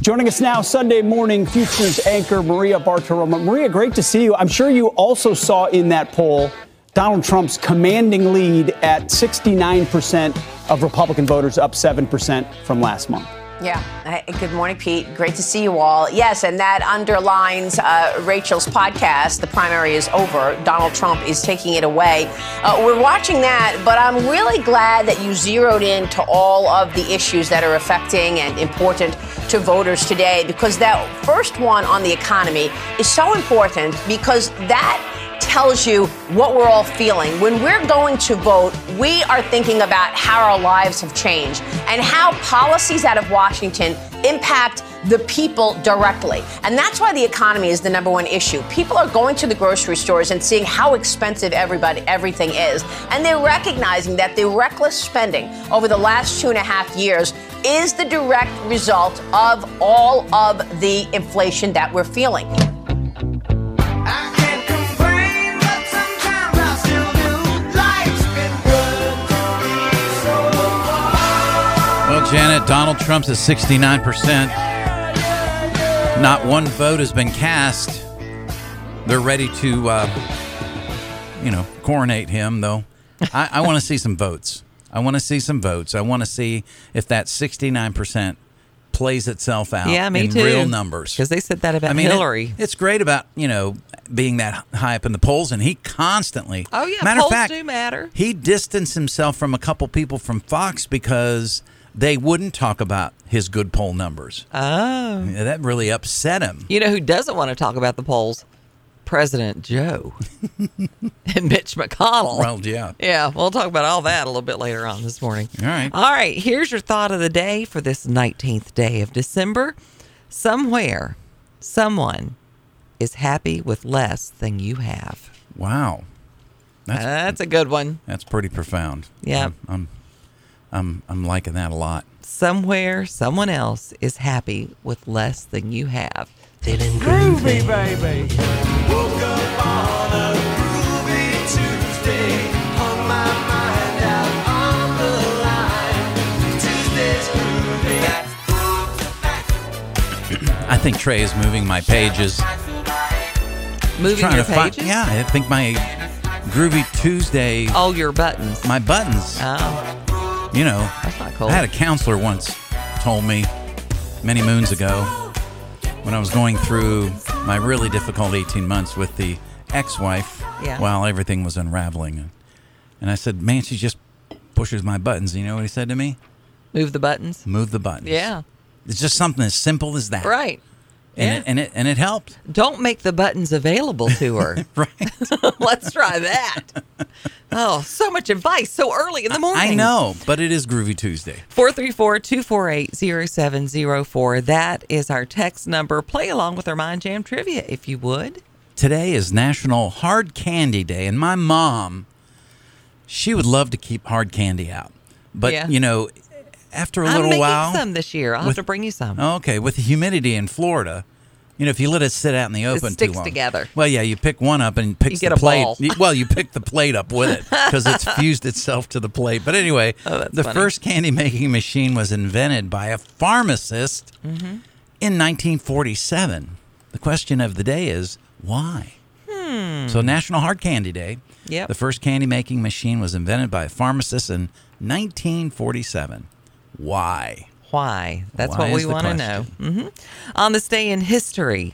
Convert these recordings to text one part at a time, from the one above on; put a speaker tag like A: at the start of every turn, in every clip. A: Joining us now, Sunday morning futures anchor Maria Bartiromo. Maria, great to see you. I'm sure you also saw in that poll Donald Trump's commanding lead at 69% of Republican voters, up 7% from last month.
B: Yeah. Hey, good morning, Pete. Great to see you all. Yes, and that underlines uh, Rachel's podcast. The primary is over. Donald Trump is taking it away. Uh, we're watching that, but I'm really glad that you zeroed in to all of the issues that are affecting and important to voters today because that first one on the economy is so important because that tells you what we're all feeling. When we're going to vote, we are thinking about how our lives have changed and how policies out of Washington impact the people directly. And that's why the economy is the number one issue. People are going to the grocery stores and seeing how expensive everybody everything is. And they're recognizing that the reckless spending over the last two and a half years is the direct result of all of the inflation that we're feeling.
C: Well, Janet, Donald Trump's at 69%. Not one vote has been cast. They're ready to, uh, you know, coronate him, though. I, I want to see some votes. I want to see some votes. I want to see if that 69% plays itself out
D: Yeah, me
C: in
D: too.
C: real numbers.
D: Because they said that about
C: I mean, it-
D: Hillary.
C: it's great about, you know, being that high up in the polls, and he constantly.
D: Oh, yeah,
C: Matter of
D: polls
C: fact,
D: do matter.
C: He distanced himself from a couple people from Fox because they wouldn't talk about his good poll numbers.
D: Oh.
C: Yeah, that really upset him.
D: You know who doesn't want to talk about the polls? President Joe and Mitch McConnell.
C: Well, yeah.
D: Yeah, we'll talk about all that a little bit later on this morning.
C: All right.
D: All right, here's your thought of the day for this 19th day of December. Somewhere, someone is happy with less than you have.
C: Wow. That's
D: That's a good one.
C: that's pretty profound.
D: Yeah.
C: I'm I'm I'm, I'm liking that a lot.
D: Somewhere, someone else is happy with less than you have.
C: I think Trey is moving my pages.
D: Moving
C: Trying to
D: your
C: fi-
D: pages?
C: yeah, I think my Groovy Tuesday
D: All your buttons.
C: my buttons,
D: Oh,
C: you know.
D: that's not cool.
C: I had a counselor once told me many moons ago when I was going through my really difficult 18 months with the ex-wife
D: Yeah.
C: while everything was unraveling. And I said, "Man, she just pushes my buttons." You know what he said to me?
D: Move the buttons.
C: Move the buttons.
D: Yeah.
C: It's just something as simple as that.
D: Right.
C: And,
D: yeah.
C: it, and it and it helped.
D: Don't make the buttons available to her.
C: Right.
D: Let's try that. Oh, so much advice so early in the morning.
C: I know, but it is Groovy Tuesday.
D: 434 248 0704. That is our text number. Play along with our Mind Jam trivia if you would.
C: Today is National Hard Candy Day, and my mom, she would love to keep hard candy out, but
D: Yeah.
C: you know, after a
D: I'm
C: little
D: making
C: while,
D: some this year. I'll
C: with- Oh.
D: have to bring you some.
C: okay, with the humidity in Florida. You know, if you let it sit out in the open too
D: sticks
C: long,
D: together.
C: Well, yeah, you pick one up and it picks
D: get
C: the
D: a
C: plate.
D: ball.
C: y- Well, you pick the plate up with it because it's fused itself to the plate. But anyway,
D: Oh, that's
C: the
D: funny.
C: first candy making machine was invented by a pharmacist
D: Mm-hmm.
C: in 1947. The question of the day is why? So, National Hard Candy Day.
D: Hmm. Yep.
C: The first candy making machine was invented by a pharmacist in 1947. Why?
D: Why? That's
C: Why
D: what
C: is
D: we
C: the
D: want to know. hmm On this day in history,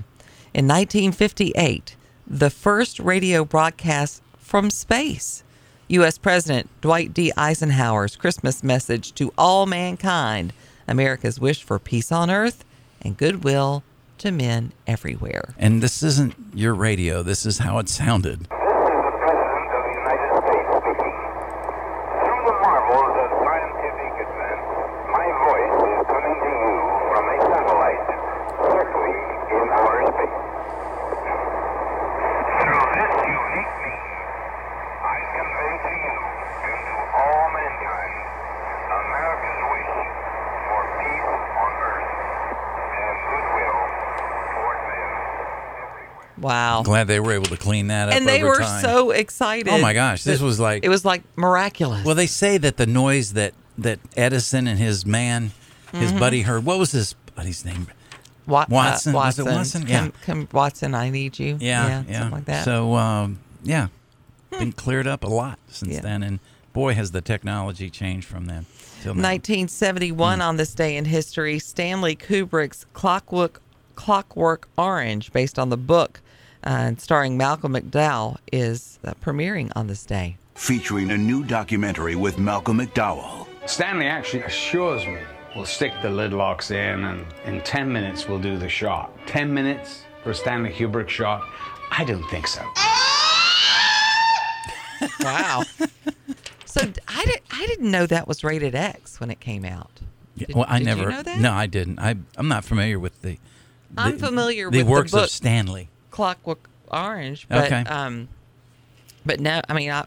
D: in 1958, the first radio broadcast from space. U.S. President Dwight D. Eisenhower's Christmas message to all mankind America's wish for peace on earth and goodwill to men everywhere.
C: And this isn't your radio, this is how it sounded.
E: President of the United States speaking. Through the marvels of scientific advance, my voice is coming to you from a satellite circling in outer space. Through this unique means, I convey to you and to all mankind America's wish for peace on earth and goodwill toward men everywhere.
D: Wow.
C: Glad they were able to clean that up.
D: And they
C: over
D: were
C: time.
D: so excited.
C: Oh my gosh, this
D: that
C: was like-
D: It was like miraculous.
C: Well, they say that the
D: Mm-hmm.
C: noise that that Edison and his man, his buddy heard. What was his buddy's name?
D: Wa- uh,
C: Watson. Was
D: Watson.
C: it Watson?
D: Come-
C: Yeah.
D: come, Watson, I need you.
C: Yeah, yeah.
D: Something like that. Hmm.
C: So, um, yeah, been cleared up a lot since
D: Yeah.
C: then, and boy, has the technology changed from then till now.
D: 1971 on this day in history, Stanley Kubrick's Clockwork, Clockwork Orange, based on the book uh, and starring Malcolm McDowell, is uh, premiering on this day.
F: featuring a new documentary with Malcolm McDowell.
G: Stanley actually assures me we'll stick the lid locks in and in 10 minutes we'll do the shot. 10 minutes for a Stanley Kubrick shot? I don't think so.
D: Wow. so d- I, did, I didn't know that was rated X when it came out.
C: Yeah,
D: Did-
C: well, I
D: did you
C: never.
D: know that?
C: No, I didn't. I I'm not familiar with the.
D: I'm
C: the-
D: familiar
C: the
D: with the
C: works
D: book.
C: of Stanley.
D: Clockwork Orange, but
C: Okay.
D: um, but no, I mean, I,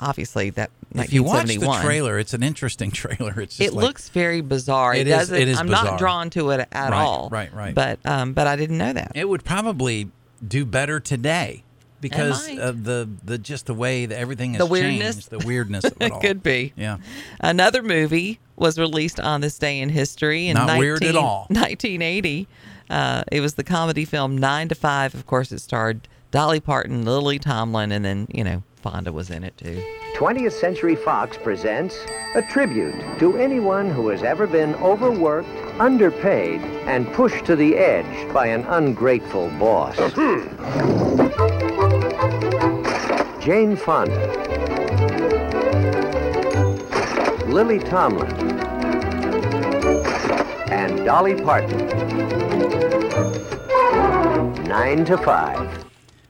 D: obviously that
C: If you watch
D: 1971.
C: the trailer, it's an interesting trailer. It's just
D: it
C: like,
D: looks very bizarre.
C: It
D: It,
C: is-
D: doesn't.
C: it is
D: I'm
C: bizarre.
D: not drawn to it at
C: Right,
D: all.
C: right, right.
D: But um, but I didn't know that.
C: It would probably do better today because
D: might.
C: of the the just the way that everything has
D: The weirdness?
C: changed, the weirdness of it
D: It
C: all.
D: could be.
C: Yeah.
D: Another movie was released on this day in history in
C: Not weird at
D: 19
C: all.
D: 1980. Uh, it was the comedy film Nine to Five. Of course, it starred Dolly Parton, Lily Tomlin, and then you know Fonda was in it too.
H: 20th Century Fox presents a tribute to anyone who has ever been overworked, underpaid, and pushed to the edge by an ungrateful boss. Jane Fonda, Lily Tomlin, and Dolly Parton. Nine to five.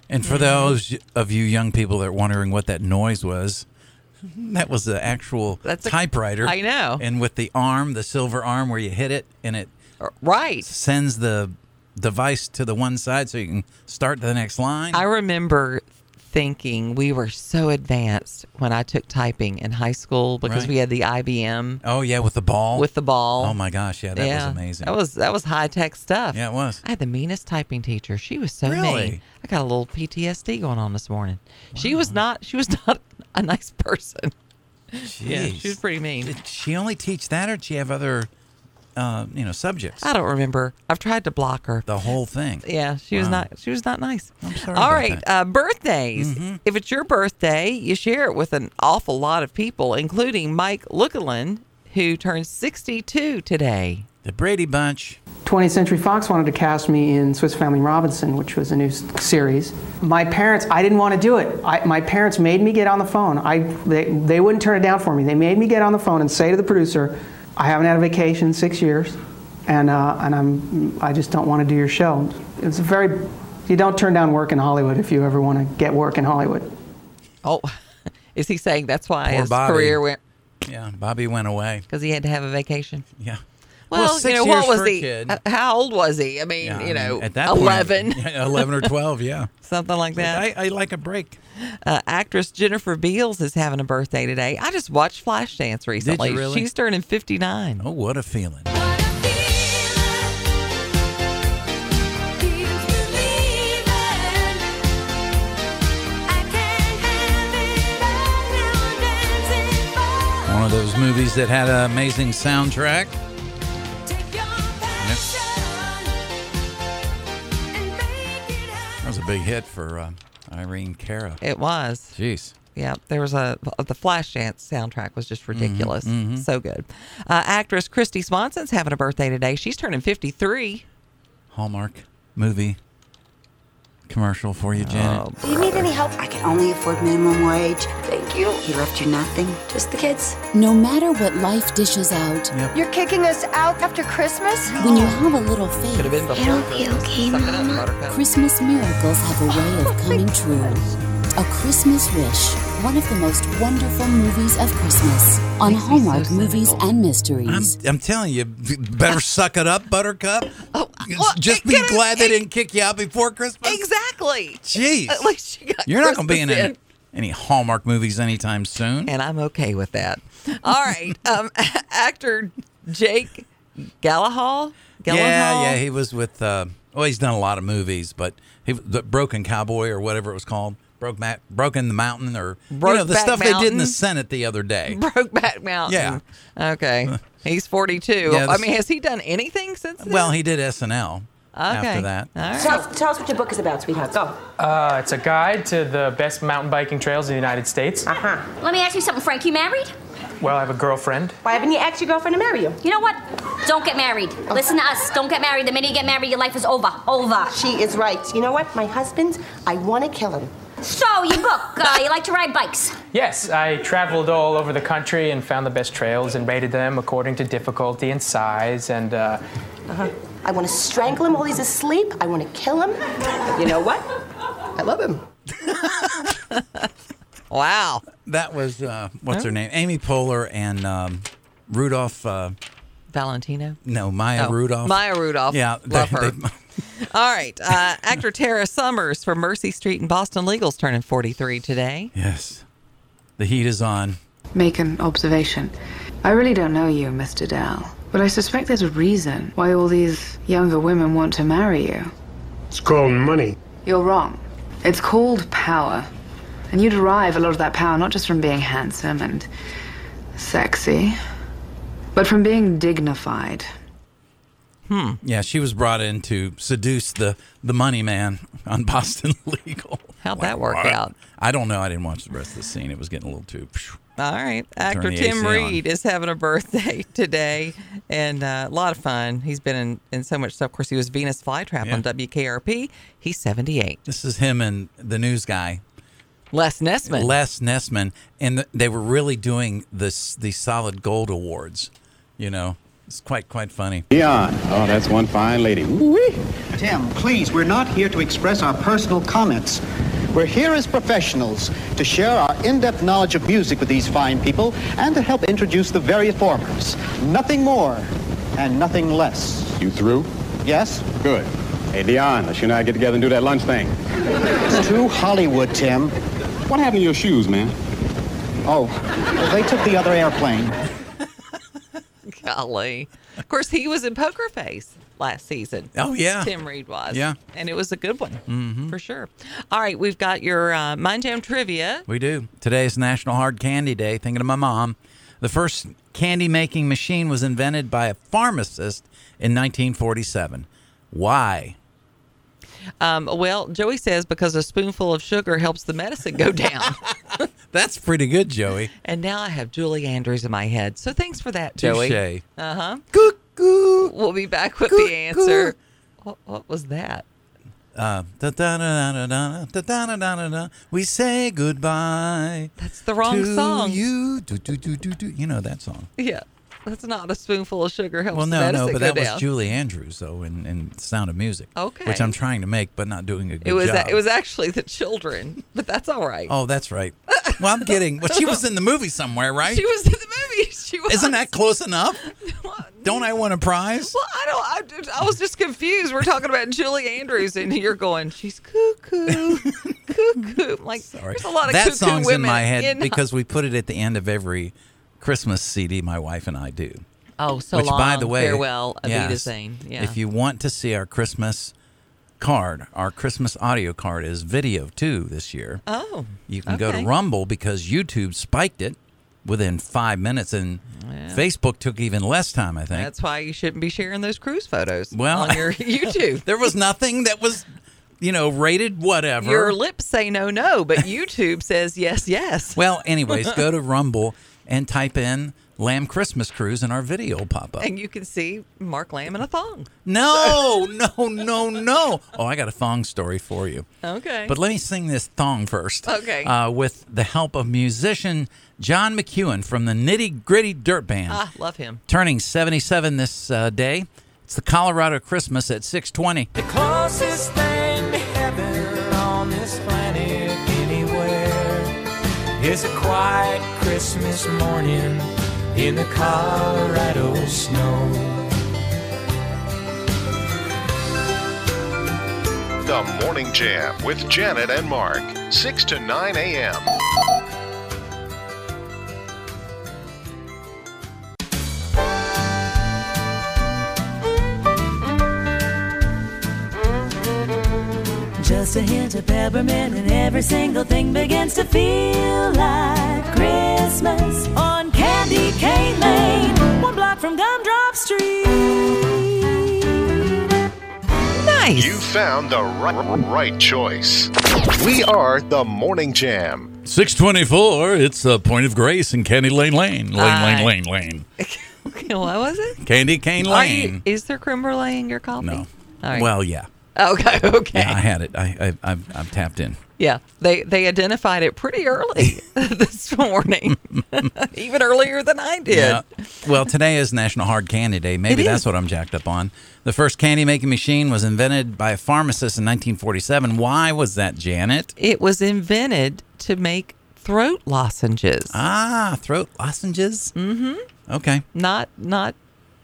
C: And for those of you young people that are wondering what that noise was, that was the actual
D: That's a-
C: typewriter.
D: I know.
C: And with the arm, the silver arm where you hit it and it
D: Uh, Right.
C: sends the device to the one side so you can start the next line.
D: I remember thinking we were so advanced when I took typing in high school because
C: Right.
D: we had the IBM
C: oh yeah, with the ball.
D: with the ball.
C: Oh my gosh, yeah, that was amazing.
D: That was that was high tech stuff.
C: Yeah, it was.
D: I had the meanest typing teacher. She was so
C: Really?
D: mean. I got a little PTSD going on this morning. She was not. She was not a nice person. Yeah,
C: Jeez.
D: she was pretty mean.
C: Did she only teach that, or did she have other, uh, you know, subjects?
D: I don't remember. I've tried to block her.
C: The whole thing.
D: Yeah, she was not. She was not nice. I'm
C: sorry
D: All
C: about
D: right,
C: that. Mm-hmm.
D: uh, birthdays. If it's your birthday, you share it with an awful lot of people, including Mike Lookalin, who turns 62 today.
C: The Brady Bunch.
I: 20th Century Fox wanted to cast me in Swiss Family Robinson, which was a new s- series. My parents, I didn't want to do it. I, my parents made me get on the phone. I, they, they wouldn't turn it down for me. They made me get on the phone and say to the producer, I haven't had a vacation in six years, and, uh, and I'm, I just don't want to do your show. It's a very, you don't turn down work in Hollywood if you ever want to get work in Hollywood.
D: Oh, is he saying that's why
C: Poor
D: his
C: Bobby.
D: career went
C: Yeah, Bobby went away.
D: because he had to have a vacation?
C: Yeah.
D: Well, you
C: six
D: know
C: years
D: what was
C: for a
D: he?
C: kid.
D: uh, How old was he? I mean,
C: Yeah, I
D: you
C: mean,
D: know,
C: at that point,
D: eleven,
C: yeah, eleven or twelve. Yeah.
D: something like that.
C: I, I like a break.
D: Uh, actress Jennifer Beals is having a birthday today. I just watched Flashdance recently.
C: really?
D: She's turning 59.
C: Oh, what a feeling! One of those movies that had an amazing soundtrack. That was a big hit for uh, Irene Cara.
D: It was.
C: Jeez.
D: Yeah, there was a the Flashdance soundtrack was
C: Mm-hmm,
D: just ridiculous. So good. Uh, actress Christy Swanson's having a birthday today. She's turning 53.
C: Hallmark movie commercial for you,
D: Oh, Um,
C: Janet.
J: Do you need any help? I can only afford minimum wage. Thank you. He left you nothing? Just the kids.
K: No matter what life dishes out,
J: You're kicking us out after Christmas?
K: when you have a little faith,
D: Could have been before.
J: It'll be
D: Christmas.
J: okay,
D: Suck it up,
J: Mama.
D: Buttercup.
K: Christmas miracles have a way
J: Oh
K: of coming true. A Christmas Wish, one of the most wonderful movies of Christmas on
D: Makes me so
K: Hallmark Movies
D: cynical.
K: and
C: I'm,
K: Mysteries.
C: I'm telling you, better suck it up, Buttercup.
D: Oh, well,
C: Just
D: it
C: be
D: could've-
C: glad they
D: it-
C: didn't kick you out before Christmas.
D: Exactly.
C: Jeez.
D: At least she got
C: You're not going to be in,
D: Christmas
C: any- any Hallmark movies anytime soon.
D: and I'm okay with that. All right. Um, actor Jake Gallahall.
C: yeah,
D: Gyllenhaal?
C: yeah. He was with, uh, well, he's done a lot of movies, but he, the Broken Cowboy or whatever it was called. Broke Ma- Broken the Mountain or you know, the
D: Brokeback
C: stuff they did in the
D: Mountain.
C: Senate the other day.
D: Brokeback Mountain. Yeah. Okay. He's 42.
C: Yeah,
D: I
C: this-
D: mean, has he done anything since then?
C: Well, he did SNL. after that.
L: Tell, tell us what your book is about, sweetheart. Go.
M: Uh, it's a guide to the best mountain biking trails in the United States. Uh huh.
L: Let me ask you something, Frank. You married?
M: Well, I have a girlfriend.
L: Why haven't you asked your girlfriend to marry you?
N: You know what? Don't get married. Listen to us. Don't get married. The minute you get married, your life is over. Over.
L: She is right. You know what? My husband, I want to kill him.
N: So, your book, uh, you like to ride bikes.
M: Yes, I traveled all over the country and found the best trails and rated them according to difficulty and size. And uh,
L: Uh-huh. I want to strangle him while he's asleep. I want to kill him. You know what? I love him.
D: Wow.
C: That was, uh, what's her
D: Huh?
C: name? Amy Poehler and um, Rudolph. Uh,
D: Valentino?
C: No, Maya
D: Oh,
C: Rudolph.
D: Maya Rudolph.
C: Yeah.
D: Love her.
C: they-
D: All right. Uh, actor Tara Summers from Mercy Street in Boston Legal's turning 43 today.
C: yes. The heat is on.
O: Make an observation. I really don't know you, Mr. Dell, but I suspect there's a reason why all these younger women want to marry you.
P: It's called money.
O: You're wrong. It's called power. And you derive a lot of that power not just from being handsome and sexy, but from being dignified.
C: Hmm. Yeah, she was brought in to seduce the, the money man on Boston Legal.
D: How'd that work out?
C: I don't know. I didn't watch the rest of the scene. It was getting a little too.
D: All right. Actor
C: Turn the
D: Tim
C: AC on.
D: Reed is having a birthday today and uh, a lot of fun. He's been in, in so much stuff. Of course, he was Venus Flytrap on WKRP. He's 78.
C: This is him and the news guy.
D: Les Nessman.
C: Les Nessman, and th- they were really doing this the Solid Gold Awards. You know, it's quite quite funny.
Q: Dion. Oh, that's one fine lady.
R: Tim, please, we're not here to express our personal comments. We're here as professionals to share our in-depth knowledge of music with these fine people and to help introduce the various performers. Nothing more and nothing less.
Q: You through?
R: Yes?
Q: Good. Hey, Dion, let's you and I get together and do that lunch thing.
R: It's too Hollywood, Tim.
Q: What happened to your shoes, man?
R: Oh, they took the other airplane.
D: Golly. Of course, he was in Poker Face last season.
C: Oh, yeah.
D: Tim Reed was.
C: Yeah. Mm-hmm.
D: And it was a good one for sure. All right. We've got your uh, Mind Jam trivia.
C: We do. Today is National Hard Candy Day. Thinking of my mom. The first candy making machine was invented by a pharmacist in 1947. Why?
D: Um, well, Joey says because a spoonful of sugar helps the medicine go down.
C: That's pretty good, Joey.
D: and now I have Julie Andrews in my head. So thanks for that, Joey.
C: Touche.
D: Uh huh. Cuckoo. We'll be back with the answer. What, what was that?
C: Uh, da-da-da-da-da, da-da-da-da-da-da. we say goodbye.
D: That's the wrong
C: to
D: song.
C: You do do do do do. You know that song.
D: Yeah. That's not a spoonful of sugar helps
C: Well,
D: the
C: no,
D: medicine
C: no, but
D: go
C: that was
D: down.
C: Julie Andrews, though, in, in Sound of Music. Which
D: Okay.
C: I'm trying to make, but not doing a good
D: It was
C: job.
D: it was actually the children, but that's all right.
C: Oh, that's right. Well, I'm kidding. But she was in the movie somewhere, right?
D: She was in the movie. She was.
C: Isn't that close enough? Don't I win a prize?
D: Well, I don't. I, just- I was just confused. We're talking about Julie Andrews, and you're going, she's cuckoo, cuckoo. I'm like, there's a lot of
C: that
D: cuckoo
C: song's
D: women
C: in my head
D: in-
C: because we put it at the end of every Christmas CD my wife and I do.
D: Oh, so
C: Which, by
D: long,
C: the way,
D: farewell, Avita Zane. Yeah.
C: If you want to see our Christmas card, our Christmas audio card is video too this year.
D: Oh,
C: You can go to
D: okay.
C: Rumble because YouTube spiked it within five minutes, and
D: Yeah.
C: Facebook took even less time, I think.
D: That's why you shouldn't be sharing those cruise photos.
C: well,
D: on your YouTube,
C: there was nothing that was, you know, rated whatever.
D: your lips say no, no, but YouTube says yes, yes.
C: Well, anyways, go to Rumble and type in Lamb Christmas Cruise, and our video will pop up.
D: and you can see Mark Lamb in a thong.
C: No, no, no, no. Oh, I got a thong story for you.
D: Okay.
C: But let me sing this thong first.
D: Okay.
C: Uh, with the help of musician John McEwen from the Nitty Gritty Dirt Band.
D: Ah, love him.
C: Turning 77 this uh, day. It's the Colorado Christmas at 620.
S: Closest thing to heaven on this planet anywhere is a quiet Christmas morning in the Colorado snow.
T: The Morning Jam with Janet and Mark, 6 to 9 a.m.
U: Just a hint of peppermint and every single thing begins to feel like Christmas on Candy Cane Lane, one block from Gumdrop Street. No
D: Nice.
T: You found the right, right choice. We are the Morning Jam.
C: 624, it's the point of grace in Candy Lane Lane. Lane,
D: Aye.
C: Lane, Lane, Lane.
D: what was it?
C: Candy Cane
D: Are you-
C: Lane.
D: is there creme brulee in your coffee?
C: No.
D: All right. Oh,
C: Well, yeah.
D: Okay. Okay.
C: Yeah, I had it. I, I, I'm, I'm tapped in.
D: Yeah, they they identified it pretty early this morning, even earlier than I did.
C: Well, today is National Hard Candy Day. Maybe
D: It
C: that's
D: is.
C: what I'm jacked up on. The first candy making machine was invented by a pharmacist in 1947. Why was that, Janet?
D: It was invented to make throat lozenges.
C: Ah, throat lozenges.
D: Mm-hmm.
C: Okay.
D: Not not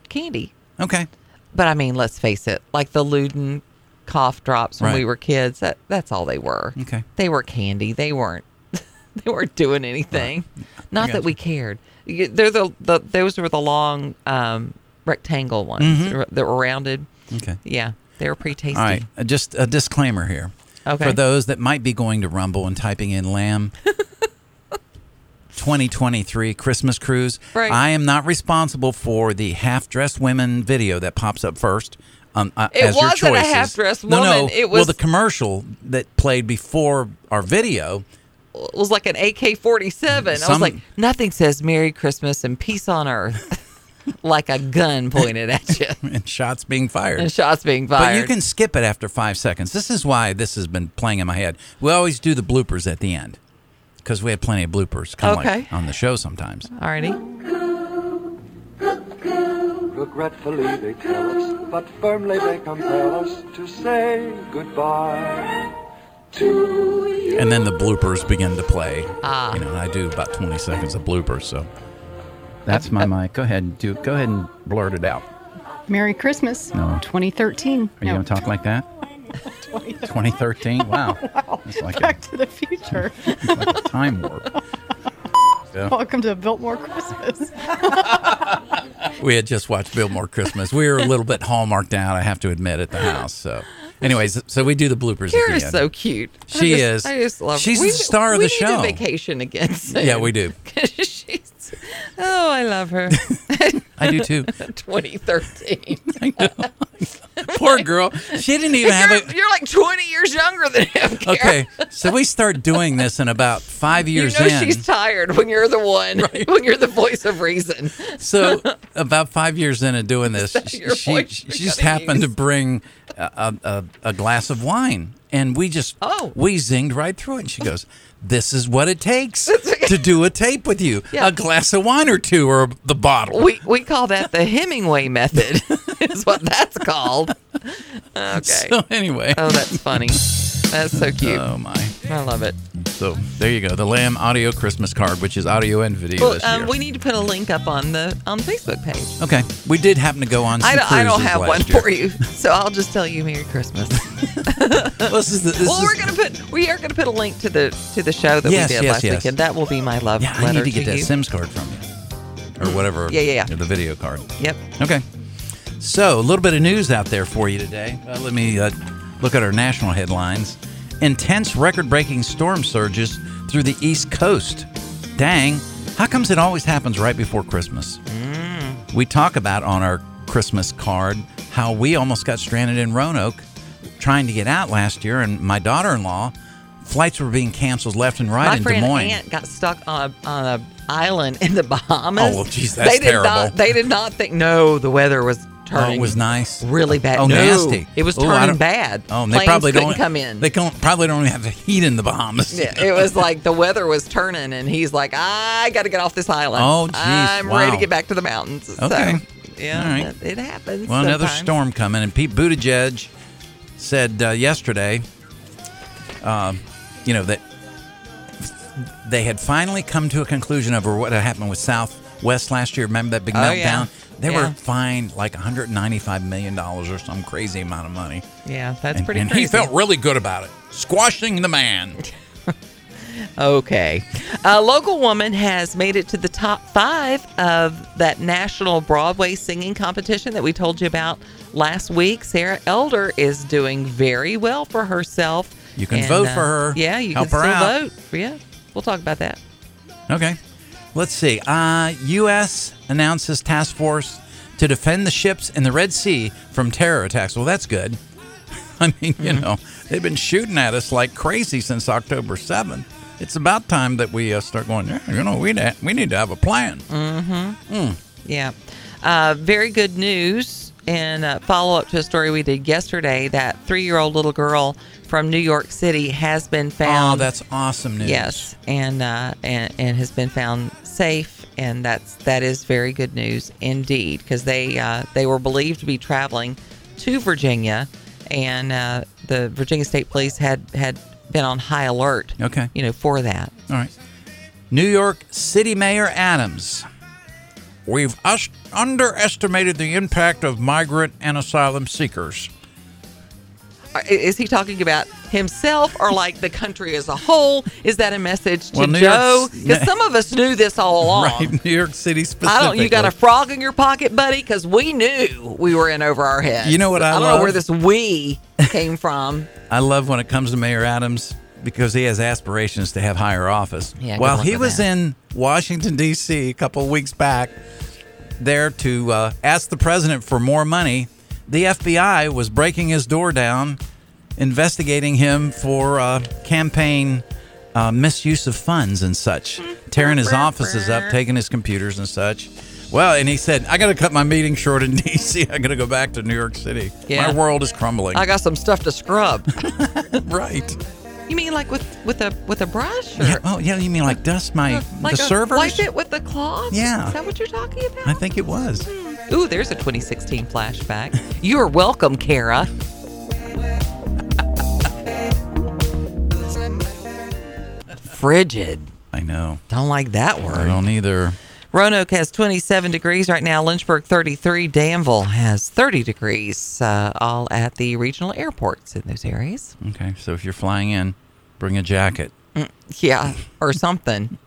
D: candy.
C: Okay.
D: But I mean, let's face it. Like the Luden cough drops when
C: Right.
D: we were kids. That that's all they were.
C: Okay.
D: They were candy. They weren't. they weren't doing anything. Not that
C: gotcha.
D: we cared. You- They're the, the those were the long um, rectangle ones
C: Mhm.
D: that were rounded.
C: Okay.
D: Yeah, they were pretty tasty.
C: All right. uh, Just a disclaimer here.
D: Okay.
C: For those that might be going to Rumble and typing in lamb. 2023 Christmas cruise.
D: Right.
C: I am not responsible for the half-dressed women video that pops up first. Um, uh,
D: It
C: as your
D: wasn't a
C: choices.
D: half-dressed
C: No, no.
D: woman. It
C: well
D: was-
C: the commercial that played before our video.
D: It was like an AK forty seven. I
C: Some-
D: was like, nothing says Merry Christmas and peace on earth like a gun pointed at you.
C: and shots being fired.
D: And shots being
C: But you
D: fired.
C: can skip it after five seconds. This is why this has been playing in my head. We always do the bloopers at the end because we have plenty of bloopers kind of like
D: Okay.
C: on the show sometimes.
D: Alrighty.
P: Regretfully they tell us, but firmly they compel us to say goodbye to you.
C: And then the bloopers begin to play.
P: Ah.
C: You know, and I do about 20 seconds of bloopers. So that's my mic. Go ahead and do Go ahead and blurt it out.
V: Merry Christmas,
C: No.
V: 2013.
C: Are you going to talk like that? 2013? Wow. It's like
V: Back
C: a,
V: to the future.
C: it's like a time warp. Yeah.
V: Welcome to Biltmore Christmas.
C: We had just watched Billmore Christmas. We were a little bit hallmarked out, I have to admit, at the house. So, anyways, so we do the bloopers. at the
D: Kira's
C: end.
D: so cute. I
C: She is.
D: just- I just love her.
C: She's
D: We-
C: the star of
D: we
C: the
D: need a
C: show.
D: vacation again. Soon.
C: Yeah, we do.
D: 'Cause she's. Oh, I love her.
C: I do too.
D: 2013.
C: Poor girl. She didn't even have
D: you're,
C: a.
D: you're like 20 years younger than him. Kira.
C: Okay, so we start doing this in about five
D: You
C: years
D: know
C: in.
D: she's tired when you're the one, when you're the voice of reason.
C: so about five years into doing this,
D: your
C: she,
D: voice
C: she
D: you're
C: just
D: gonna
C: happened to
D: use?
C: bring a, a, a- a glass of wine, and we just oh. we zinged right through it. And she goes, "This is what it takes to do a tape with you:
D: Yeah.
C: a glass of wine or two, or the bottle."
D: We we call that the Hemingway method. is what that's called. Okay.
C: So anyway.
D: Oh, that's funny. That's so cute.
C: Oh my,
D: I love it.
C: So there you go, the Lamb Audio Christmas card, which is audio and video
D: Well,
C: this year.
D: um, we need to put a link up on the on the Facebook page.
C: okay, we did happen to go on. Some
D: I don't, I don't
C: cruises
D: have
C: last
D: one
C: year.
D: for you, so I'll just tell you Merry Christmas.
C: this is the, this
D: well,
C: is-
D: we're gonna put we are gonna put a link to the to the show that
C: Yes,
D: we did
C: yes,
D: last
C: yes.
D: weekend. That will be my love
C: Yeah,
D: letter
C: I need to get
D: to
C: that
D: you.
C: Sims card from you, or whatever.
D: Yeah, yeah, yeah.
C: The video card.
D: Yep.
C: Okay. So a little bit of news out there for you today. Uh, let me uh, look at our national headlines. Intense record-breaking storm surges through the East Coast. Dang, how comes it always happens right before Christmas?
D: Mm.
C: We talk about on our Christmas card how we almost got stranded in Roanoke trying to get out last year, and my daughter-in-law. Flights were being canceled left and right
D: my
C: in Des
D: friend
C: Moines.
D: Aunt got stuck on a, on a island in the Bahamas.
C: Oh, well, geez, that's
D: they did
C: terrible.
D: Not, they did not think. No, the weather was turning.
C: Oh, it was nice.
D: Really bad.
C: Oh,
D: No,
C: nasty.
D: it was
C: Oh, I
D: turning
C: don't-
D: bad.
C: Oh, and they
D: Planes
C: probably
D: couldn't
C: don't
D: come in.
C: They don't, probably don't even have the heat in the Bahamas.
D: Yeah, it was like the weather was turning, and he's like, "I got to get off this island.
C: Oh, geez,
D: I'm
C: wow.
D: ready to get back to the mountains." So,
C: Okay. All
D: yeah,
C: right.
D: it- it happens.
C: well, another
D: sometimes.
C: storm coming, and Pete Buttigieg said uh, yesterday, um, you know that they had finally come to a conclusion over what had happened with Southwest last year. Remember that big
D: Oh,
C: meltdown?
D: yeah.
C: They
D: Yeah.
C: were fined like 195 million dollars or some crazy amount of money.
D: Yeah, that's
C: and,
D: pretty.
C: And he
D: crazy.
C: felt really good about it, squashing the man.
D: Okay. A local woman has made it to the top five of that national Broadway singing competition that we told you about last week. Sarah Elder is doing very well for herself. uh,
C: You can vote for her.
D: Yeah, you
C: Help
D: can
C: her
D: still
C: out.
D: vote. Yeah, we'll talk about that.
C: Okay. Let's see. Uh, U.S. announces task force to defend the ships in the Red Sea from terror attacks. Well, that's good. I mean,
D: Mm-hmm.
C: you know, they've been shooting at us like crazy since October 7th. It's about time that we uh, start going, yeah, you know, we, da- we need to have a plan.
D: Mm-hmm. Yeah. Uh, very good news in uh, follow up to a story we did yesterday. That three year old little girl from New York City has been found.
C: Oh, that's awesome news.
D: Yes, and uh, and and has been found safe, and that's that is very good news indeed because they uh, they were believed to be traveling to Virginia, and uh, the Virginia State Police had had been on high alert.
C: Okay.
D: you know for that.
C: All right. New York City Mayor Adams. We've us- underestimated the impact of migrant and asylum seekers.
D: I- Is he talking about himself or like the country as a whole? Is that a message to
C: Well, New
D: Joe?
C: York's-
D: Because some of us knew this all along.
C: Right, New York City
D: I
C: specifically.
D: don't. You got a frog in your pocket, buddy? Because we knew we were in over our heads.
C: You know what I
D: don't know
C: love?
D: where this we came from.
C: I love when it comes to Mayor Adams because he has aspirations to have higher office.
D: Yeah, good
C: While
D: luck
C: he
D: with
C: was
D: that.
C: in Washington D.C. a couple of weeks back, there to uh, ask the president for more money, the FBI was breaking his door down, investigating him for uh, campaign uh, misuse of funds and such, tearing his offices up, taking his computers and such. Well, and he said, "I got to cut my meeting short in D.C. I got to go back to New York City.
D: Yeah.
C: My world is crumbling."
D: I got some stuff to scrub.
C: right.
D: You mean like with with a with a brush? Or Uh,
C: Yeah, oh, yeah. You mean like dust my
D: like
C: the
D: a-
C: servers?
D: Wipe it with the cloth.
C: Yeah.
D: Is that what you're talking about?
C: I think it was.
D: Ooh, there's a 2016 flashback. You're welcome, Kara. Frigid.
C: I know.
D: Don't like that word.
C: I don't either.
D: Roanoke has 27 degrees right now. Lynchburg 33. Danville has 30 degrees. Uh, all at the regional airports in those areas.
C: Okay, so if you're flying in, bring a jacket.
D: Mm, Yeah, or something,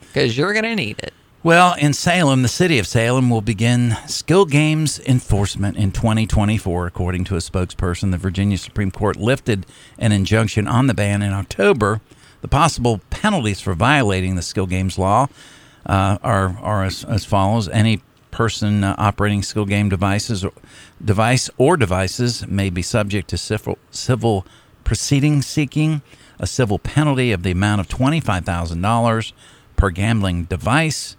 D: because you're gonna need it.
C: Well, in Salem, the city of Salem will begin skill games enforcement in 2024, according to a spokesperson. The Virginia Supreme Court lifted an injunction on the ban in October. The possible penalties for violating the skill games law uh, are are as, as follows: any person uh, operating skill game devices, or, device or devices may be subject to civil civil proceeding seeking a civil penalty of the amount of $25,000 per gambling device,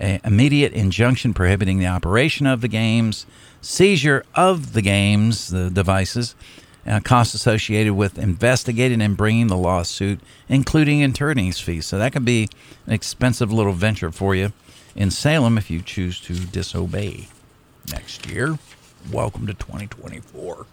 C: a immediate injunction prohibiting the operation of the games, seizure of the games, the devices, uh, costs associated with investigating and bringing the lawsuit, including attorney's fees. So that could be an expensive little venture for you in Salem if you choose to disobey next year. Welcome to 2024.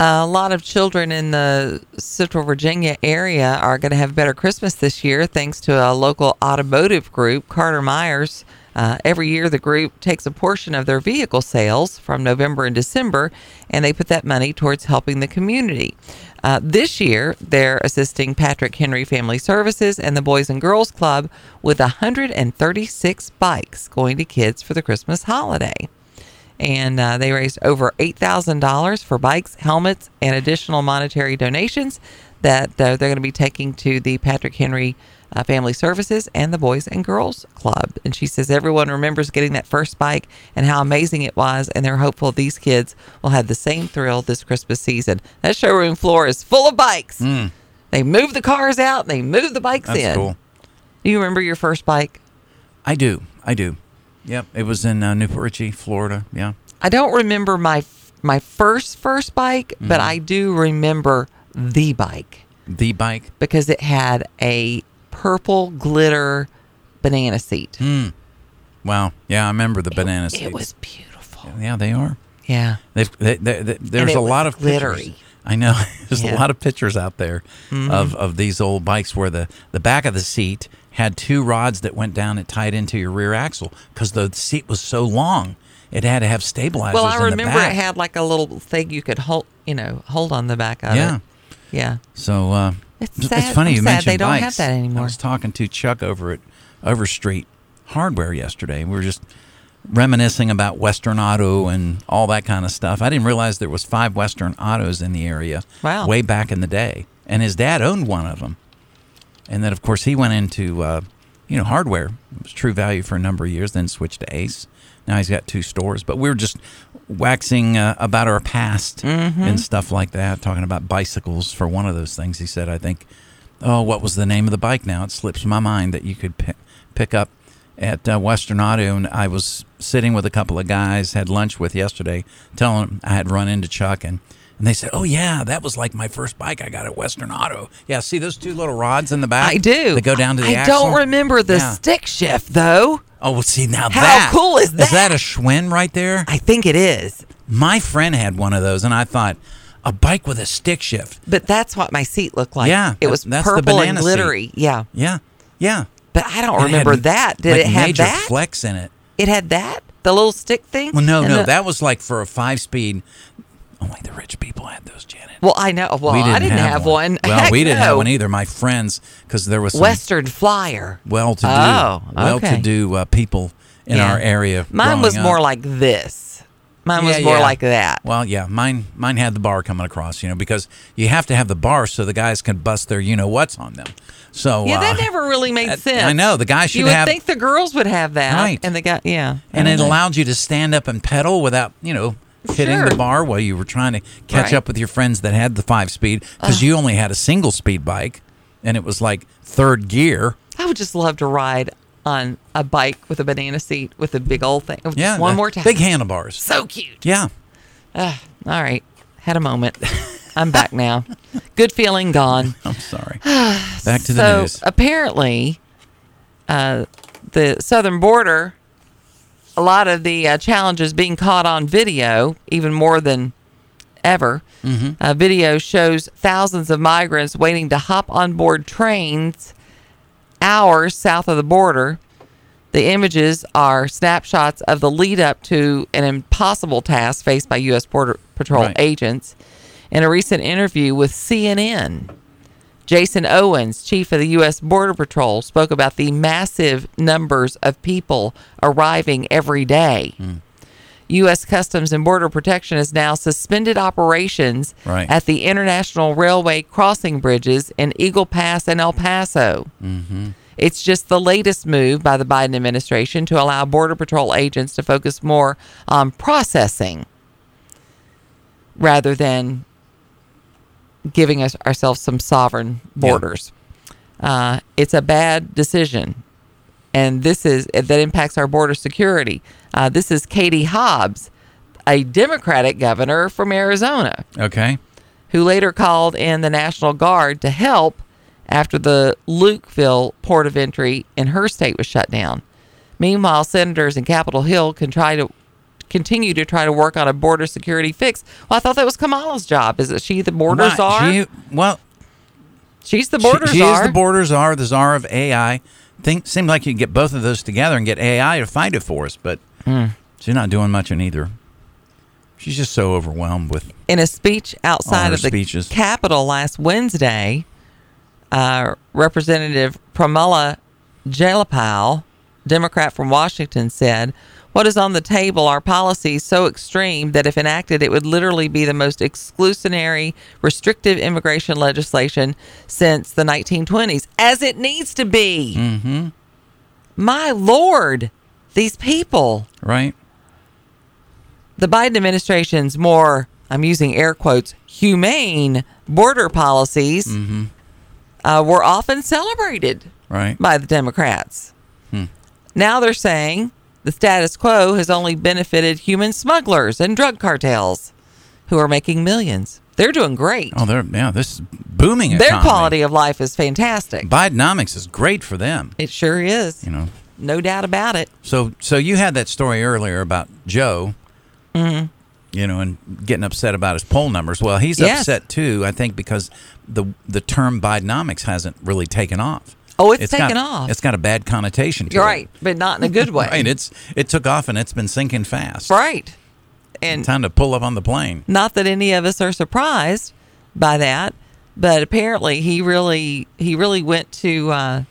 D: A lot of children in the Central Virginia area are going to have a better Christmas this year thanks to a local automotive group, Carter Myers. Uh, every year, the group takes a portion of their vehicle sales from November and December, and they put that money towards helping the community. Uh, this year, they're assisting Patrick Henry Family Services and the Boys and Girls Club with 136 bikes going to kids for the Christmas holiday and uh, they raised over $8,000 for bikes, helmets, and additional monetary donations that uh, they're going to be taking to the Patrick Henry uh, Family Services and the Boys and Girls Club. And she says everyone remembers getting that first bike and how amazing it was, and they're hopeful these kids will have the same thrill this Christmas season. That showroom floor is full of bikes. They move the cars out, they move the bikes
C: Hmm. That's
D: in.
C: cool.
D: Do you remember your first bike?
C: I do. I do. Yep. It was in uh, Newport Richey, Florida. Yeah.
D: I don't remember my my first first bike, but
C: Mhm.
D: I do remember the bike
C: The bike.
D: because it had a purple glitter banana seat.
C: Mm. Wow. Yeah, I remember the banana seats.
D: It was
C: Yeah, they are.
D: Yeah.
C: They've, they, they, they- there's
D: it
C: a
D: was
C: lot of
D: glittery.
C: pictures. I know. There's a
D: Yeah.
C: lot of pictures out there of,
D: Mhm.
C: of these old bikes where the, the back of the seat had two rods that went down and tied into your rear axle because the seat was so long. It had to have stabilizers.
D: well, I
C: in the
D: remember it
C: back.
D: had like a little thing you could hold, you know, hold on the back of
C: Yeah.
D: it. Yeah.
C: So uh,
D: It's
C: it's,
D: sad-
C: funny
D: I'm
C: you
D: sad
C: mentioned
D: they don't have
C: bikes.
D: that anymore.
C: I was talking to Chuck over at Overstreet Hardware yesterday. We were just reminiscing about Western Auto and all that kind of stuff. I didn't realize there was five Western Autos in the area.
D: Wow.
C: Way back in the day, and his dad owned one of them. And then, of course, he went into uh, you know hardware. It was True Value for a number of years, then switched to Ace. Now he's got two stores, but we were just waxing uh, about our past and stuff like that, talking about bicycles. For one of those things, he said, I think, oh, what was the name of the bike now? It slips my mind that you could pi- pick up at uh, Western Auto. And I was sitting with a couple of guys, had lunch with yesterday, telling them I had run into Chuck. And, and they said, oh, yeah, that was like my first bike I got at Western Auto. Yeah, see those two little rods in the back?
D: I do.
C: They go down to the
D: I
C: axle?
D: don't remember the
C: Yeah.
D: stick shift though.
C: Oh, well, see now
D: How
C: that
D: cool is
C: Is that a Schwinn right there?
D: I think it is.
C: My friend had one of those, and I thought a bike with a stick shift.
D: But that's what my seat looked like.
C: Yeah,
D: it was
C: that's the
D: purple and
C: banana seat.
D: glittery. Yeah,
C: Yeah, yeah.
D: but I
C: And
D: don't
C: it
D: remember
C: had,
D: that. Did
C: like,
D: it have
C: major
D: that?
C: flex in it?
D: It had that. The little stick thing.
C: Well, no,
D: And
C: no,
D: the-
C: that was like for a five-speed. Only the rich people had those, Janet.
D: Well, I know. Well, I didn't have, one.
C: Well,
D: Heck
C: we didn't have
D: no.
C: one either. My friends, because there was some
D: Western Flyer.
C: well-to-do,
D: Oh, okay.
C: well-to-do uh, people in
D: Yeah.
C: our area.
D: Mine was
C: growing up.
D: more like this. Mine was
C: Yeah,
D: more
C: yeah.
D: like that.
C: Well, yeah, mine mine had the bar coming across, you know, because you have to have the bar so the guys can bust their you know what's on them. So
D: yeah, that
C: uh,
D: never really made
C: I-
D: sense.
C: I know, the guy should
D: You would
C: have-
D: think the girls would have that,
C: Right.
D: And the guy, yeah.
C: and
D: I
C: it
D: don't know.
C: allowed you to stand up and pedal without you know hitting
D: Sure.
C: the bar while you were trying to catch
D: Right.
C: up with your friends that had the five speed because you only had a single speed bike and it was like third gear.
D: I would just love to ride on a bike with a banana seat with a big old thing. Just
C: Yeah,
D: one
C: the
D: more time.
C: big handlebars.
D: So cute.
C: Yeah,
D: Ugh, all right, had a moment. I'm back now. Good feeling gone.
C: I'm sorry. Back to the
D: so
C: news.
D: apparently, uh, the southern border, a lot of the uh, challenges being caught on video, even more than ever.
C: Mm-hmm.
A: Mhm.
D: Uh, video shows thousands of migrants waiting to hop on board trains hours south of the border. The images are snapshots of the lead up to an impossible task faced by U.S. Border Patrol
A: Right.
D: agents. In a recent interview with CNN, Jason Owens, chief of the U.S. Border Patrol, spoke about the massive numbers of people arriving every day. U.S. Customs and Border Protection has now suspended operations
A: Right.
D: at the international railway crossing bridges in Eagle Pass and El Paso.
A: Mhm.
D: It's just the latest move by the Biden administration to allow Border Patrol agents to focus more on processing rather than giving us ourselves some sovereign borders. Uh, it's a bad decision, and this is uh, that impacts our border security. Uh, this is Katie Hobbs, a Democratic governor from Arizona
C: Okay.
D: who later called in the National Guard to help after the Lukeville port of entry in her state was shut down. Meanwhile, senators in Capitol Hill can try to continue to try to work on a border security fix. Well, I thought that was Kamala's job. Is it she the border
C: Why-
D: czar?
C: she- well,
D: she's the border
C: she, she
D: czar.
C: is the border czar, the czar of AI. Think seemed like you could get both of those together and get AI to fight it for us, but
D: Hmm.
C: she's not doing much in either. She's just so overwhelmed with
D: in a speech
C: All
D: outside
C: her
D: of the
C: speeches.
D: Capitol last Wednesday, uh, Representative Pramila Jayapal, Democrat from Washington, said, "What is on the table are policies so extreme that if enacted, it would literally be the most exclusionary, restrictive immigration legislation since the 1920s, as it needs to be."
C: Mm-hmm.
D: My lord, these people.
C: Right.
D: The Biden administration's more, I'm using air quotes, humane border policies
C: Mm-hmm.
D: uh, were often celebrated
C: Right.
D: by the Democrats.
C: Hmm.
D: Now they're saying the status quo has only benefited human smugglers and drug cartels who are making millions. They're doing great.
C: Oh, they're yeah. This is booming.
D: Their
C: economy.
D: quality of life is fantastic.
C: Bidenomics is great for them.
D: It sure is.
C: You know.
D: No doubt about it.
C: So so you had that story earlier about Joe,
D: Mhm.
C: you know, and getting upset about his poll numbers. Well, he's
D: Yes.
C: upset too. I think because the the term Bidenomics hasn't really taken off.
D: Oh, it's
C: got-
D: taken off.
C: It's got a bad connotation. To
D: You're
C: it.
D: right, but not in a good way.
C: right. It's it took off and it's been sinking fast.
D: Right. And
C: Time to pull up on the plane.
D: not that any of us are surprised by that but apparently he really he really went to uh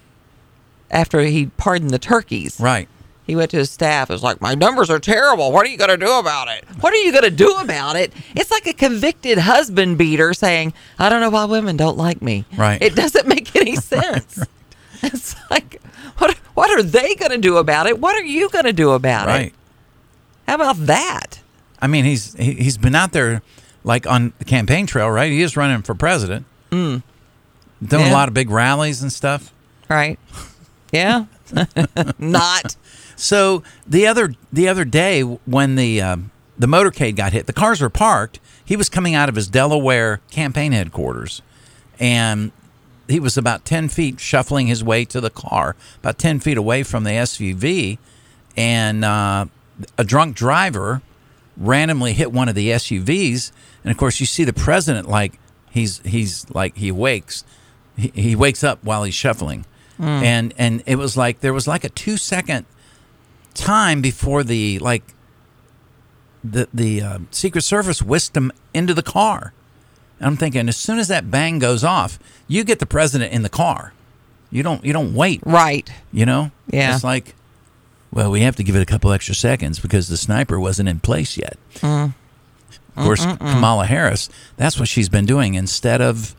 D: after he pardoned the turkeys
C: right
D: he went to his staff and was like my numbers are terrible what are you going to do about it what are you going to do about it it's like a convicted husband beater saying i don't know why women don't like me
A: Right.
D: it doesn't make any sense it's like what what are they going to do about it what are you going to do about it
C: Right.
D: How about that?
C: I mean, he's he, he's been out there like on the campaign trail, right? He is running for president.
D: Mm.
C: Doing
D: Yeah.
C: a lot of big rallies and stuff.
D: Right. Yeah. Not.
C: So the other the other day when the um, the motorcade got hit, the cars were parked. He was coming out of his Delaware campaign headquarters, and he was about ten feet shuffling his way to the car, about ten feet away from the SUV, and uh, a drunk driver randomly hit one of the SUVs, and of course you see the president like he's he's like he wakes, he, he wakes up while he's shuffling,
W: Mm.
C: and and it was like there was like a two second time before the like the the uh, Secret Service whisked him into the car. And I'm thinking as soon as that bang goes off, you get the president in the car. You don't you don't wait.
D: Right.
C: You know?
D: Yeah.
C: It's like well, we have to give it a couple extra seconds because the sniper wasn't in place yet.
D: Mm.
C: Of course,
D: Mm, mm, mm.
C: Kamala Harris, that's what she's been doing instead of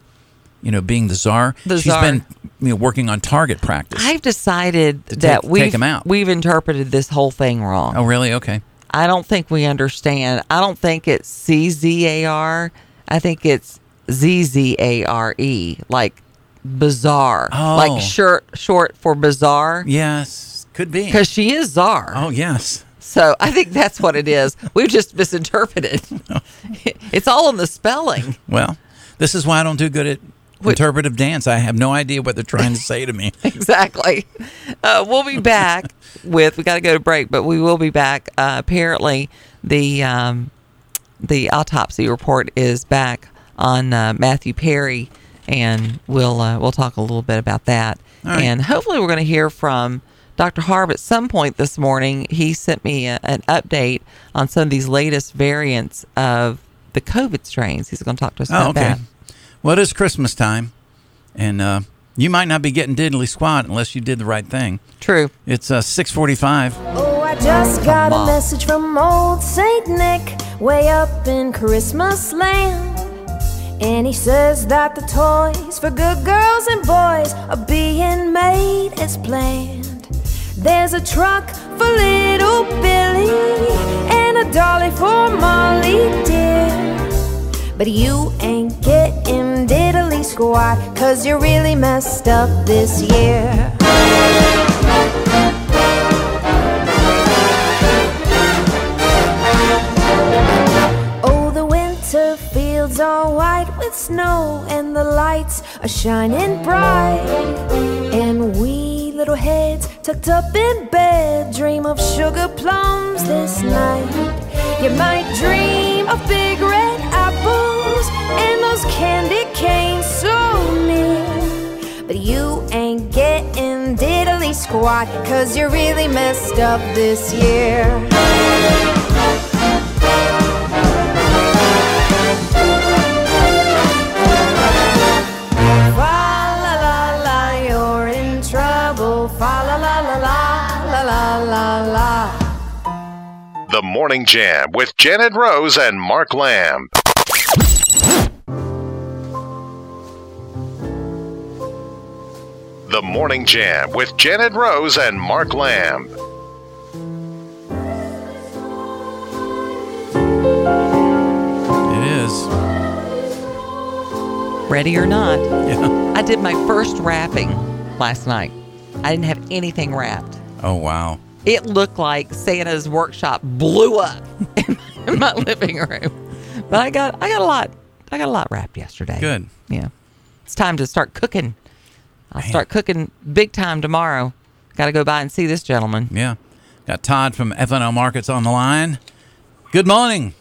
C: you know being the czar.
D: The
C: she's
D: czar.
C: been you know working on target practice.
D: I've decided
C: To
D: that
C: take-
D: we've,
C: take 'em out.
D: we've interpreted this whole thing wrong.
C: Oh, really? Okay.
D: I don't think we understand. I don't think it's C Z A R. I think it's Z Z A R E, like bizarre.
C: Oh.
D: Like short, short for bizarre.
C: Yes, could be.
D: Because she is czar.
C: Oh, yes.
D: So I think that's what it is. We've just misinterpreted. it's all in the spelling.
C: Well, this is why I don't do good at interpretive dance. I have no idea what they're trying to say to me.
D: exactly. Uh, we'll be back with. We got to go to break, but we will be back. Uh, apparently, the um, the autopsy report is back on uh, Matthew Perry, and we'll uh, we'll talk a little bit about that.
C: All right.
D: And hopefully, we're going to hear from Dr. Harb at some point this morning. He sent me a, an update on some of these latest variants of the COVID strains. He's going to talk to us about
C: Oh, okay.
D: that.
C: Well, it is Christmas time, and uh, you might not be getting diddly squat unless you did the right thing.
D: True.
C: It's uh, six forty-five.
O: Oh, I just got
C: Mom.
O: a message from old Saint Nick, way up in Christmas land. And he says that the toys for good girls and boys are being made as planned. There's a truck for little Billy and a dolly for Molly, dear. But you ain't getting diddly squat, cause you really messed up this year. Oh, the winter fields are white with snow, and the lights are shining bright. And we little heads tucked up in bed dream of sugar plums this night. You might dream of big red apples and those candy canes so near. But you ain't getting diddly squat, cause you really messed up this year. Fa la la la, you're in trouble. Fa la la la la, la la la la.
X: The Morning Jam with Janet Rose and Mark Lamb. The Morning Jam with Janet Rose and Mark Lamb.
C: It is.
D: Ready or not.
C: Yeah.
D: I did my first wrapping last night. I didn't have anything wrapped.
C: Oh wow.
D: It looked like Santa's workshop blew up in my living room. But I got I got a lot I got a lot wrapped yesterday.
C: Good.
D: Yeah. It's time to start cooking. I'll start cooking big time tomorrow. Got to go by and see this gentleman.
C: Yeah. Got Todd from FNL Markets on the line. Good morning.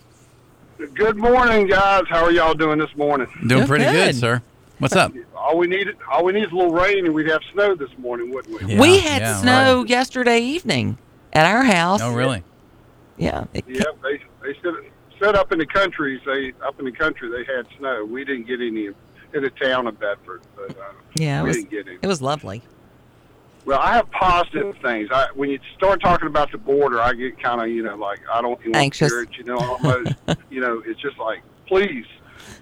Y: Good morning, guys. How are y'all doing this morning?
C: Doing pretty good. sir. What's up?
Y: All we need, all we need is a little rain, and we'd have snow this morning, wouldn't we?
D: we had
Y: yeah,
D: snow yesterday evening at our house.
Y: Oh, really?
D: Yeah. It-
Y: Yeah, they they said said up in the countries. They up in the country they had snow. We didn't get any in the town of Bedford, but uh,
D: Yeah, it
Y: we
D: was,
Y: didn't get any.
D: it was lovely.
Y: Well, I have positive things. I when you start talking about the border, I get kind of you know like I don't even
D: Anxious.
Y: Hear it, you know, almost you know it's just like please.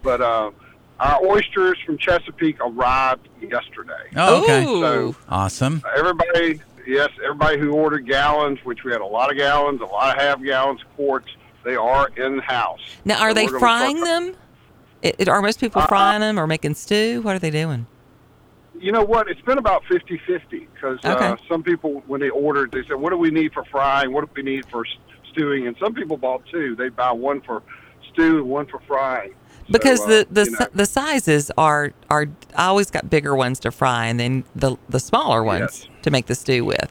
Y: But uh, our oysters from Chesapeake arrived yesterday.
C: Oh, okay.
Y: So
C: Awesome.
Y: everybody, yes, everybody who ordered gallons, which we had a lot of gallons, a lot of half gallons, quarts, they are in house.
D: Now, are they frying them? It, it- are most
Y: Uh,
D: people frying them or making stew? What are they doing?
Y: You know what? It's been about 50 50 because uh,
D: Okay.
Y: some people, when they ordered, they said, What do we need for frying? What do we need for s- stewing? And some people bought two. They buy one for stew and one for frying. So,
D: Because
Y: uh,
D: the the,
Y: you know,
D: si- the sizes are are I always got bigger ones to fry and then the the smaller ones to make the stew with.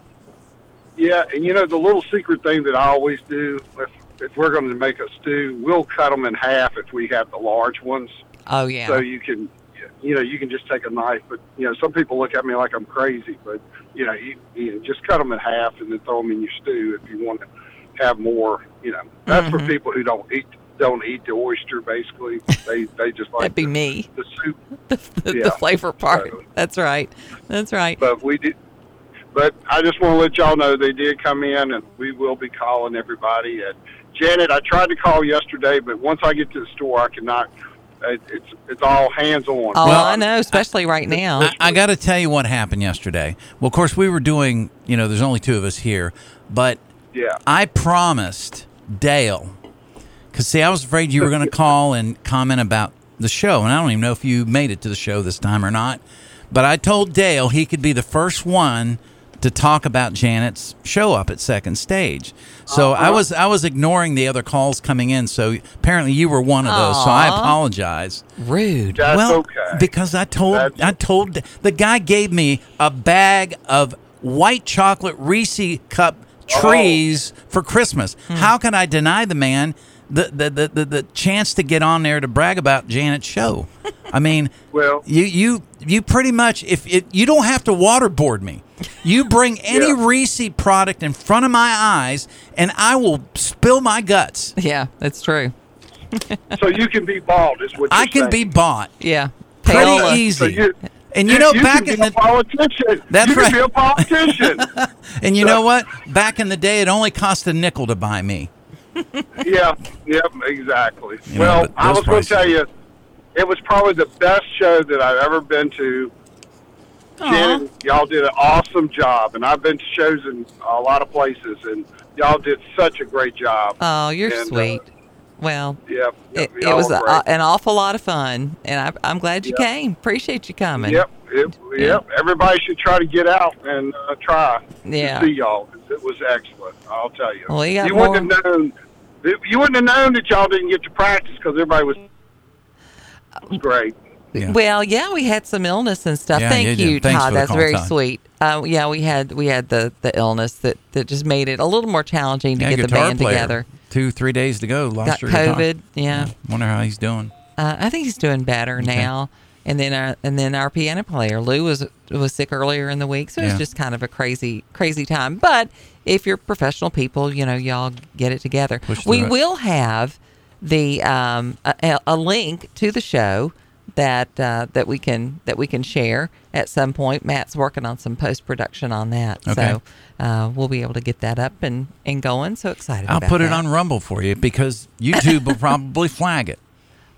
Y: Yeah, and you know the little secret thing that I always do if, if we're going to make a stew, we'll cut them in half if we have the large ones.
D: Oh yeah.
Y: So you can, you know, you can just take a knife. But you know, some people look at me like I'm crazy. But you know, you, you know, just cut them in half and then throw them in your stew if you want to have more. You know, that's
D: Mm-hmm.
Y: for people who don't eat don't eat the oyster. Basically, they they just like
D: That'd be me.
Y: the soup.
D: The,
Y: Yeah.
D: the flavor part. That's right. That's right.
Y: But we did. But I just want to let y'all know they did come in, and we will be calling everybody. And Janet, I tried to call yesterday, but once I get to the store, I cannot. It, it's it's all hands on.
D: Oh, I know, especially right now.
C: I, I got to tell you what happened yesterday. Well, of course, we were doing, you know, there's only two of us here, but
Y: yeah.
C: I promised Dale, because see, I was afraid you were going to call and comment about the show, and I don't even know if you made it to the show this time or not, but I told Dale he could be the first one to talk about Janet's show up at second stage. So I was I was ignoring the other calls coming in, so apparently you were one of those. So I
D: Aw.
C: apologize.
D: Rude.
C: That's well,
D: okay.
C: because I told I told the guy gave me a bag of white chocolate Reese cup trees for Christmas. How can I deny the man the the, the, the the chance to get on there to brag about Janet's show? I mean,
Y: well,
C: you you you pretty much if it, you don't have to waterboard me. You bring any Reese product in front of my eyes, and I will spill my guts.
D: Yeah, that's true.
Y: so you can be bald, is what
C: I
Y: you're
C: can be
Y: saying.
C: bought.
D: Yeah.
C: Pretty
D: Payola.
C: easy.
D: So you-
C: and you know,
Y: you
C: back
Y: can
C: in the
Y: be a politician.
C: That's
Y: you
C: right.
Y: Can be a politician.
C: And you know what? Back in the day, it only cost a nickel to buy me.
Y: yeah, yeah, exactly.
C: You know,
Y: well,
C: but
Y: I
C: those
Y: was going
C: prices-
Y: to tell you, it was probably the best show that I've ever been to. Janet, y'all did an awesome job, and I've been to shows in a lot of places, and y'all did such a great job.
D: Oh, you're
Y: And, uh,
D: sweet. Well,
Y: yeah,
D: it,
Y: y'all
D: it was
Y: were
D: a,
Y: great.
D: an awful lot of fun, and I, I'm glad you came. Appreciate you coming.
Y: Yep, yep, yep. Everybody should try to get out and uh, try
D: Yeah.
Y: to see y'all. 'cause It was excellent. I'll tell you.
D: Well, you got
Y: wouldn't have known. You wouldn't have known that y'all didn't get to practice because everybody was. It
D: Uh,
Y: was great.
D: Well, yeah, we had some illness and stuff.
Y: Yeah,
D: Thank
Y: you did.
D: you,
Y: Thanks
D: Todd.
Y: for the
D: That's
Y: call,
D: very
Y: Todd.
D: sweet. Uh, yeah, we had we had the, the illness that, that just made it a little more challenging to
C: Yeah,
D: get the
C: guitar
D: band
C: player.
D: together.
C: Two, three days to go. Lost
D: Got
C: your guitar.
D: COVID, yeah.
C: Wonder how he's doing.
D: Uh, I think he's doing better now. And then our and then our piano player Lou was was sick earlier in the week, so it
C: Yeah.
D: was just kind of a crazy crazy time. But if you're professional people, you know y'all get it together.
C: Push
D: we
C: through it.
D: will have the um, a, a link to the show that uh, that we can that we can share at some point. Matt's working on some post production on that,
C: Okay.
D: so uh, we'll be able to get that up and and going. So excited!
C: I'll
D: about
C: put it
D: that.
C: on Rumble for you because YouTube will probably flag it.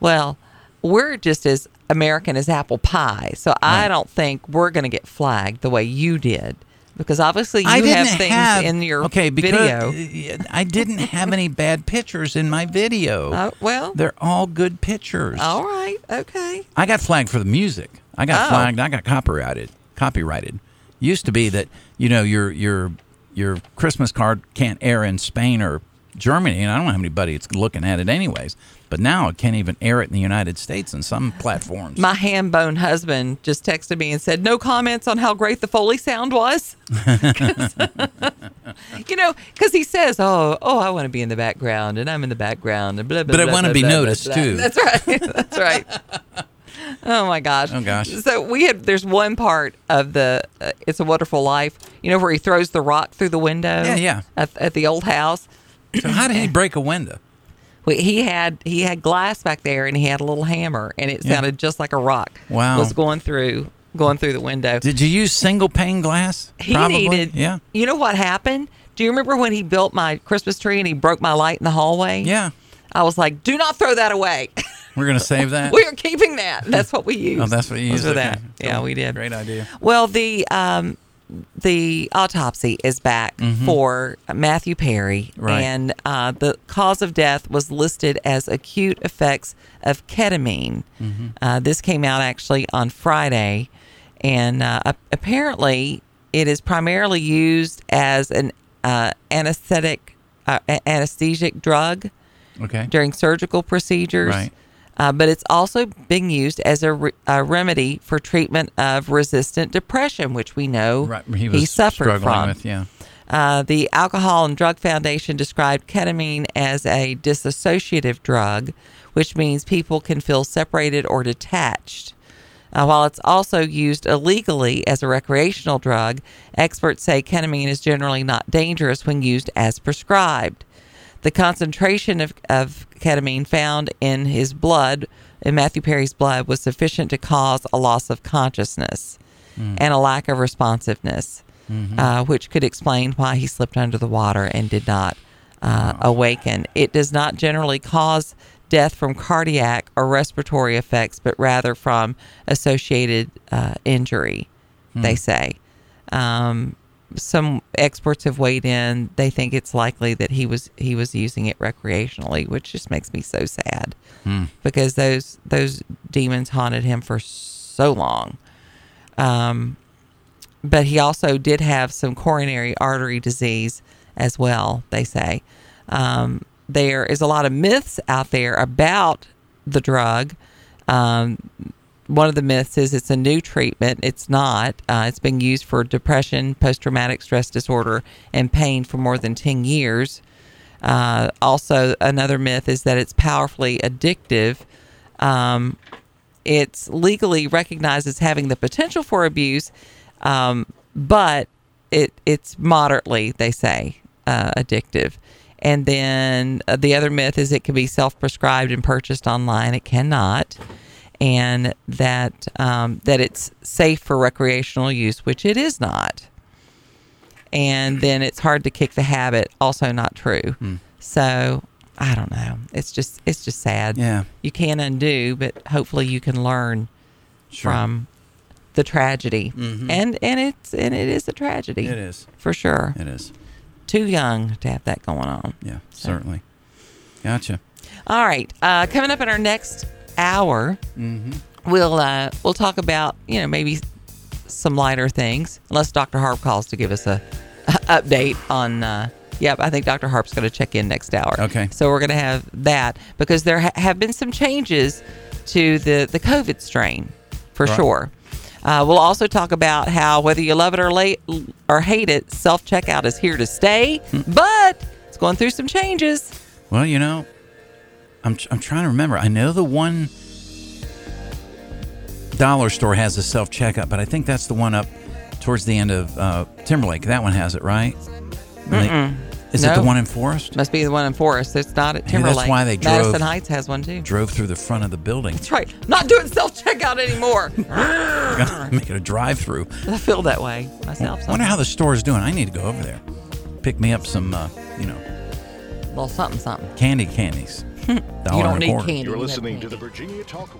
D: Well, we're just as American as apple pie, so I don't think we're going to get flagged the way you did because obviously you
C: I didn't
D: have things in your
C: okay because
D: video.
C: I didn't have any bad pictures in my video.
D: Oh, well.
C: they're all good pictures.
D: All right, okay.
C: I got flagged for the music. I got
D: Oh.
C: flagged. I got copyrighted. Copyrighted. Used to be that you know your your your Christmas card can't air in Spain or Germany, and I don't have anybody that's looking at it anyways. But now it can't even air it in the United States in some platforms.
D: My ham bone husband just texted me and said, "No comments on how great the Foley sound was." 'Cause- you know, because he says, "Oh, oh, I want to be in the background, and I'm in the background, and blah blah."
C: But I
D: blah,
C: wanna
D: blah,
C: be
D: blah, blah,
C: noticed,
D: blah."
C: too.
D: That's right. That's right. oh my gosh.
C: Oh, gosh.
D: So we had there's one part of the uh, "It's a Wonderful Life," you know, where he throws the rock through the window.
C: Yeah, yeah.
D: At, at the old house.
C: So how did he break a window?
D: Well, he had he had glass back there, and he had a little hammer, and it
C: Yeah.
D: sounded just like a rock.
C: Wow.
D: was going through going through the window.
C: Did you use single pane glass?
D: He
C: Probably.
D: needed.
C: Yeah.
D: You know what happened? Do you remember when he built my Christmas tree and he broke my light in the hallway?
C: Yeah.
D: I was like, "Do not throw that away.
C: We're gonna save that.
D: we are keeping that. That's what we use."
C: oh, that's what you used
D: was for
C: okay.
D: that. Yeah,
C: Cool.
D: we did.
C: Great idea.
D: Well, the um, the autopsy is back
C: Mhm.
D: for Matthew Perry,
C: Right.
D: and uh, the cause of death was listed as acute effects of ketamine.
C: Mhm.
D: Uh, this came out actually on Friday, and uh, ap- apparently it is primarily used as an uh, anesthetic, uh, a- anesthetic drug
C: Okay.
D: during surgical procedures.
C: Right.
D: Uh, but it's also being used as a, re- a remedy for treatment of resistant depression, which we know
C: Right, he was
D: suffered
C: struggling
D: from.
C: with, yeah.
D: Uh, the Alcohol and Drug Foundation described ketamine as a dissociative drug, which means people can feel separated or detached. Uh, while it's also used illegally as a recreational drug, experts say ketamine is generally not dangerous when used as prescribed. The concentration of, of ketamine found in his blood, in Matthew Perry's blood, was sufficient to cause a loss of consciousness
C: Mm.
D: and a lack of responsiveness,
C: Mhm.
D: uh, which could explain why he slipped under the water and did not uh, awaken. It does not generally cause death from cardiac or respiratory effects, but rather from associated uh, injury, they
A: Hmm.
D: say. Um, some experts have weighed in. They think it's likely that he was he was using it recreationally, which just makes me so sad
C: Hmm.
D: because those those demons haunted him for so long. Um, but he also did have some coronary artery disease as well. They say um, there is a lot of myths out there about the drug. Um, one of the myths is it's a new treatment. It's not. Uh, it's been used for depression, post traumatic stress disorder, and pain for more than 10 years. Uh, also, another myth is that it's powerfully addictive. Um, it's legally recognized as having the potential for abuse, um, but it it's moderately, they say, uh, addictive. And then uh, the other myth is it can be self-prescribed and purchased online. It cannot, and that um, that it's safe for recreational use, which it is not and then it's hard to kick the habit. Also, not true. So I don't know. It's just it's just sad.
C: Yeah.
D: you can undo, but hopefully you can learn from the tragedy.
C: Mhm.
D: And and it's and it is a tragedy.
C: It is.
D: for sure.
C: It is.
D: Too young to have that going on.
C: Yeah,
D: So.
C: certainly. Gotcha.
D: All right. Uh, coming up in our next hour,
C: Mhm.
D: we'll uh, we'll talk about you know maybe some lighter things, unless Dr. Harp calls to give us a, a update on. Uh, yep, I think Dr. Harp's going to check in next hour. Okay. So we're going to have that because there ha- have been some changes to the the COVID strain for
A: Right.
D: sure. Uh, we'll also talk about how whether you love it or late or hate it, self checkout is here to stay, but it's going through some changes.
C: Well, you know, I'm I'm trying to remember. I know the one dollar store has a self checkout, but I think that's the one up towards the end of uh, Timberlake. That one has it, right? Really?
D: Mm-mm.
C: Is it
D: No.
C: the one in Forest?
D: Must be the one in Forest. It's not at
C: Maybe
D: Timberlake.
C: that's why they drove.
D: Madison Heights has one too.
C: Drove through the front of the building.
D: That's right. Not doing self checkout anymore.
C: Make it a drive-through.
D: I feel that way myself.
C: Wonder how
D: sometimes.
C: the store is doing. I need to go over there, pick me up some, uh, you know,
D: little something something.
C: candy candies.
D: You
C: Dollar
D: don't
C: and a
D: need
C: quarter.
D: candy.
T: You're listening to the Virginia Talk